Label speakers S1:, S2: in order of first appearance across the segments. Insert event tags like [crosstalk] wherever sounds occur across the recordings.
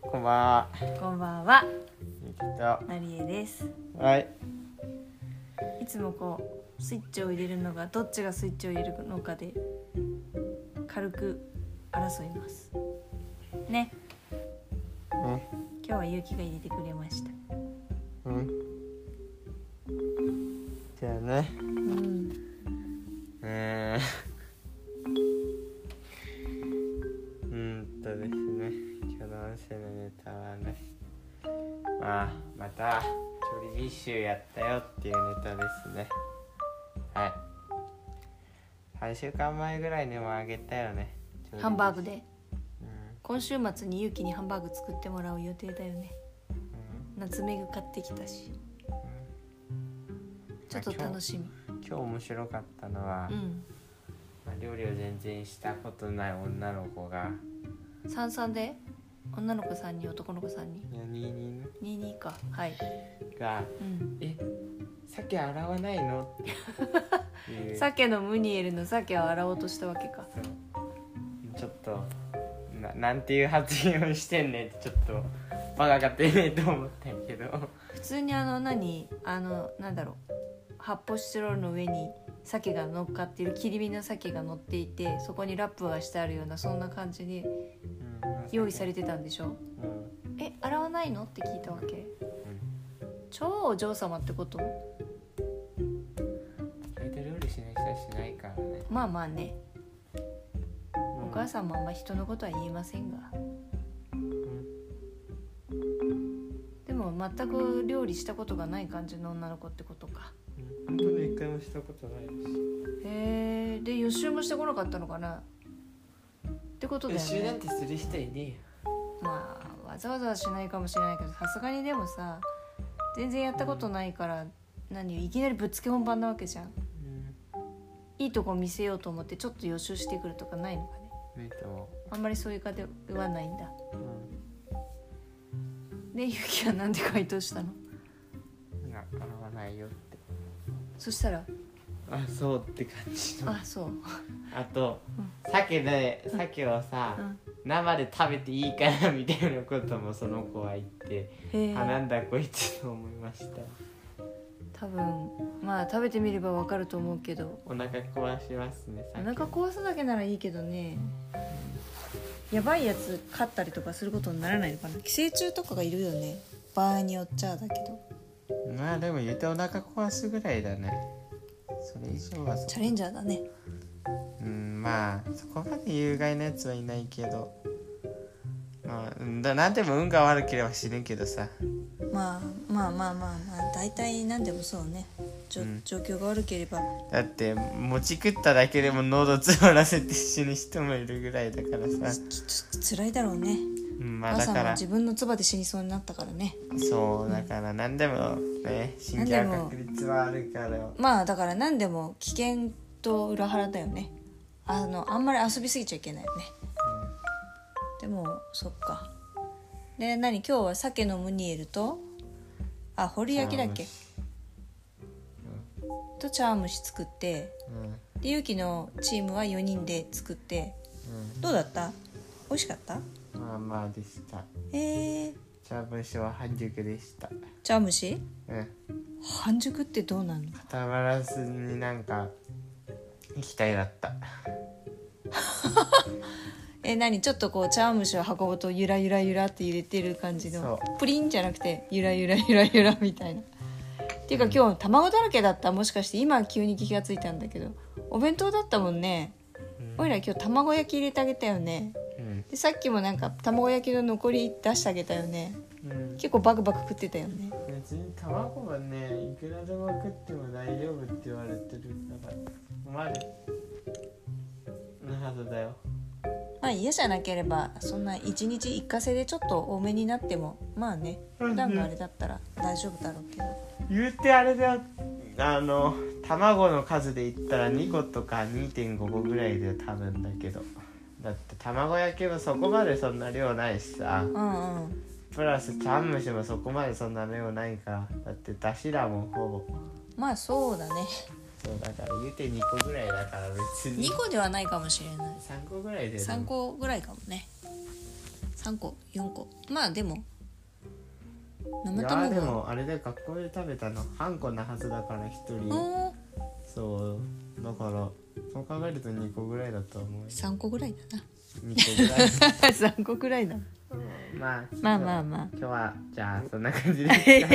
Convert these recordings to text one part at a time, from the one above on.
S1: こんばんは。
S2: こんばんは、
S1: ゆきと。
S2: なりえです。
S1: はい。
S2: いつもこうスイッチを入れるのがどっちがスイッチを入れるのかで軽く争います。ね、今日はゆうきが入れてくれました。
S1: うん。うん。じゃあね。
S2: うん、
S1: うーん。うーんとですね。今日の音声のネタはね。まあ、また。調理実習やったよっていうネタですね。はい。三週間前ぐらいにもあげたよね。調理実習
S2: ハンバーグ。で
S1: うん。
S2: 今週末にゆうきにハンバーグ作ってもらう予定だよね。
S1: うん
S2: ナツメグ買ってきたし、ちょっと楽しみ。
S1: 今日面白かったのは、
S2: うん、
S1: まあ料理を全然したことない女の子が
S2: 三三で女の子さんに男の子さんに
S1: 何人
S2: 二二かはい。
S1: が
S2: うん。
S1: 「え鮭洗わないの?」っていう
S2: 鮭のムニエルの鮭を洗おうとしたわけか。
S1: そうちょっとななんていう発言をしてんねんってちょっとバカが出ねえと思ったけど
S2: 普通にあの何あのなんだろう発泡スチロールの上に鮭が乗っかっている切り身の鮭が乗っていてそこにラップがしてあるようなそんな感じに用意されてたんでしょ
S1: うん
S2: え洗わないのって聞いたわけ超お嬢様ってこと
S1: 意外と料理しない人はしないからね、
S2: まあまあね
S1: うん
S2: お母さんもあんま人のことは言えませんが
S1: うん
S2: でも全く料理したことがない感じの女の子ってことか
S1: うん本当に一回もしたことないし
S2: へえで予習もしてこなかったのかなってことだよね
S1: 一緒なんてする人いねえよ
S2: まあわざわざはしないかもしれないけどさすがにでもさ全然やったことないから何いきなりぶっつけ本番なわけじゃん
S1: うん
S2: いいとこ見せようと思ってちょっと予習してくるとかないのかね
S1: ねえと思
S2: あんまりそういう方はないんだ
S1: う、うん
S2: でゆきはなんで回答したの
S1: いや洗わないよって
S2: そしたら
S1: あそうって感じのあ
S2: あそう
S1: と、
S2: う
S1: 鮭で鮭をさ、
S2: うん
S1: 生で食べていいからみたいなこともその子は言って、
S2: へ
S1: あな
S2: え
S1: んだこいつと思いました
S2: 多分まあ食べてみればわかると思うけど
S1: お腹壊しますね
S2: お
S1: 鮭
S2: 腹壊すだけならいいけどねやばいやつ飼ったりとかすることにならないのかな寄生虫とかがいるよね場合によっちゃだけど
S1: まあでも言ってお腹壊すぐらいだねそれ以上はそ
S2: チャレンジャーだね
S1: うんまあそこまで有害なやつはいないけどまあうんだなんでも運が悪ければ死ぬけどさ
S2: まあまあまあまあまあ大体何でもそうねじょ
S1: うん
S2: 状況が悪ければ
S1: だって餅食っただけでも喉詰まらせて死ぬ人もいるぐらいだからさ、
S2: きつ辛いだろうね
S1: うん、まあだ
S2: 朝
S1: か
S2: も
S1: ら
S2: 自分の唾で死にそうになったからね
S1: そうだから何でもね死んじゃう確率はあるから
S2: まあだから何でも危険と裏腹だよねあのあんまり遊びすぎちゃいけないよねでもそっかで何今日は鮭のムニエルとあホリ焼きだっけと茶碗蒸し作って
S1: うんうん
S2: でゆうきのチームは4人で作ってどうだった美味しかった
S1: うんまあまあでした
S2: えー、
S1: 茶文章は半熟でした
S2: 茶碗蒸し
S1: うん
S2: 半熟ってどうなの
S1: 固まらずになんか液体だった
S2: え何ちょっとこう茶碗蒸しを運ぶとゆらゆらゆらって揺れてる感じの
S1: そ
S2: プリンじゃなくてゆらゆらゆらゆらみたいなっていうか今日卵だらけだったもしかして今急に気がついたんだけどお弁当だったもんね
S1: うん
S2: おいら今日卵焼き入れてあげたよね
S1: うん
S2: でさっきもなんか卵焼きの残り出してあげたよね
S1: うん
S2: 結構バクバク食ってたよね
S1: 別に卵はねいくらでも食っても大丈夫って言われてるからお前なはずだよ
S2: まあ嫌じゃなければそんな一日一過性でちょっと多めになってもまあね普段のあれだったら大丈夫だろうけど
S1: 言うてあれだよあの卵の数で言ったら2個とか2.5個ぐらいで多分だけどだって卵焼きもそこまでそんな量ないしさ
S2: うんうん
S1: プラス茶碗蒸しもそこまでそんな量ないからだってだしだもんほぼ
S2: まあそうだね
S1: そうだから言うて2個ぐらいだから別に
S2: 2個ではないかもしれない
S1: 3個ぐらいで
S2: 3個ぐらいかもね3個4個まあでも生
S1: いやーで
S2: 卵は
S1: もあれで学校で食べたの半個なはずだから一人
S2: おー
S1: そうだからそう考えると2個ぐらいだと思う
S2: 3個ぐらいだな
S1: 2個
S2: [laughs]
S1: ぐらい
S2: 3個ぐらいだ
S1: まあ
S2: まあまあまあ
S1: 今日はじゃあそんな感じで
S2: え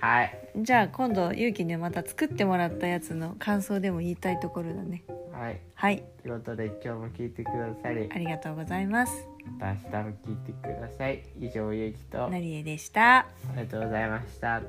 S1: はい
S2: [laughs] ーじゃあ今度ゆうきにまた作ってもらったやつの感想でも言いたいところだね
S1: はい
S2: はい
S1: ということで今日も聞いてくださり
S2: ありがとうございます
S1: また明日も聞いてください以上ゆうきとあ
S2: なりえでした
S1: りがとうございました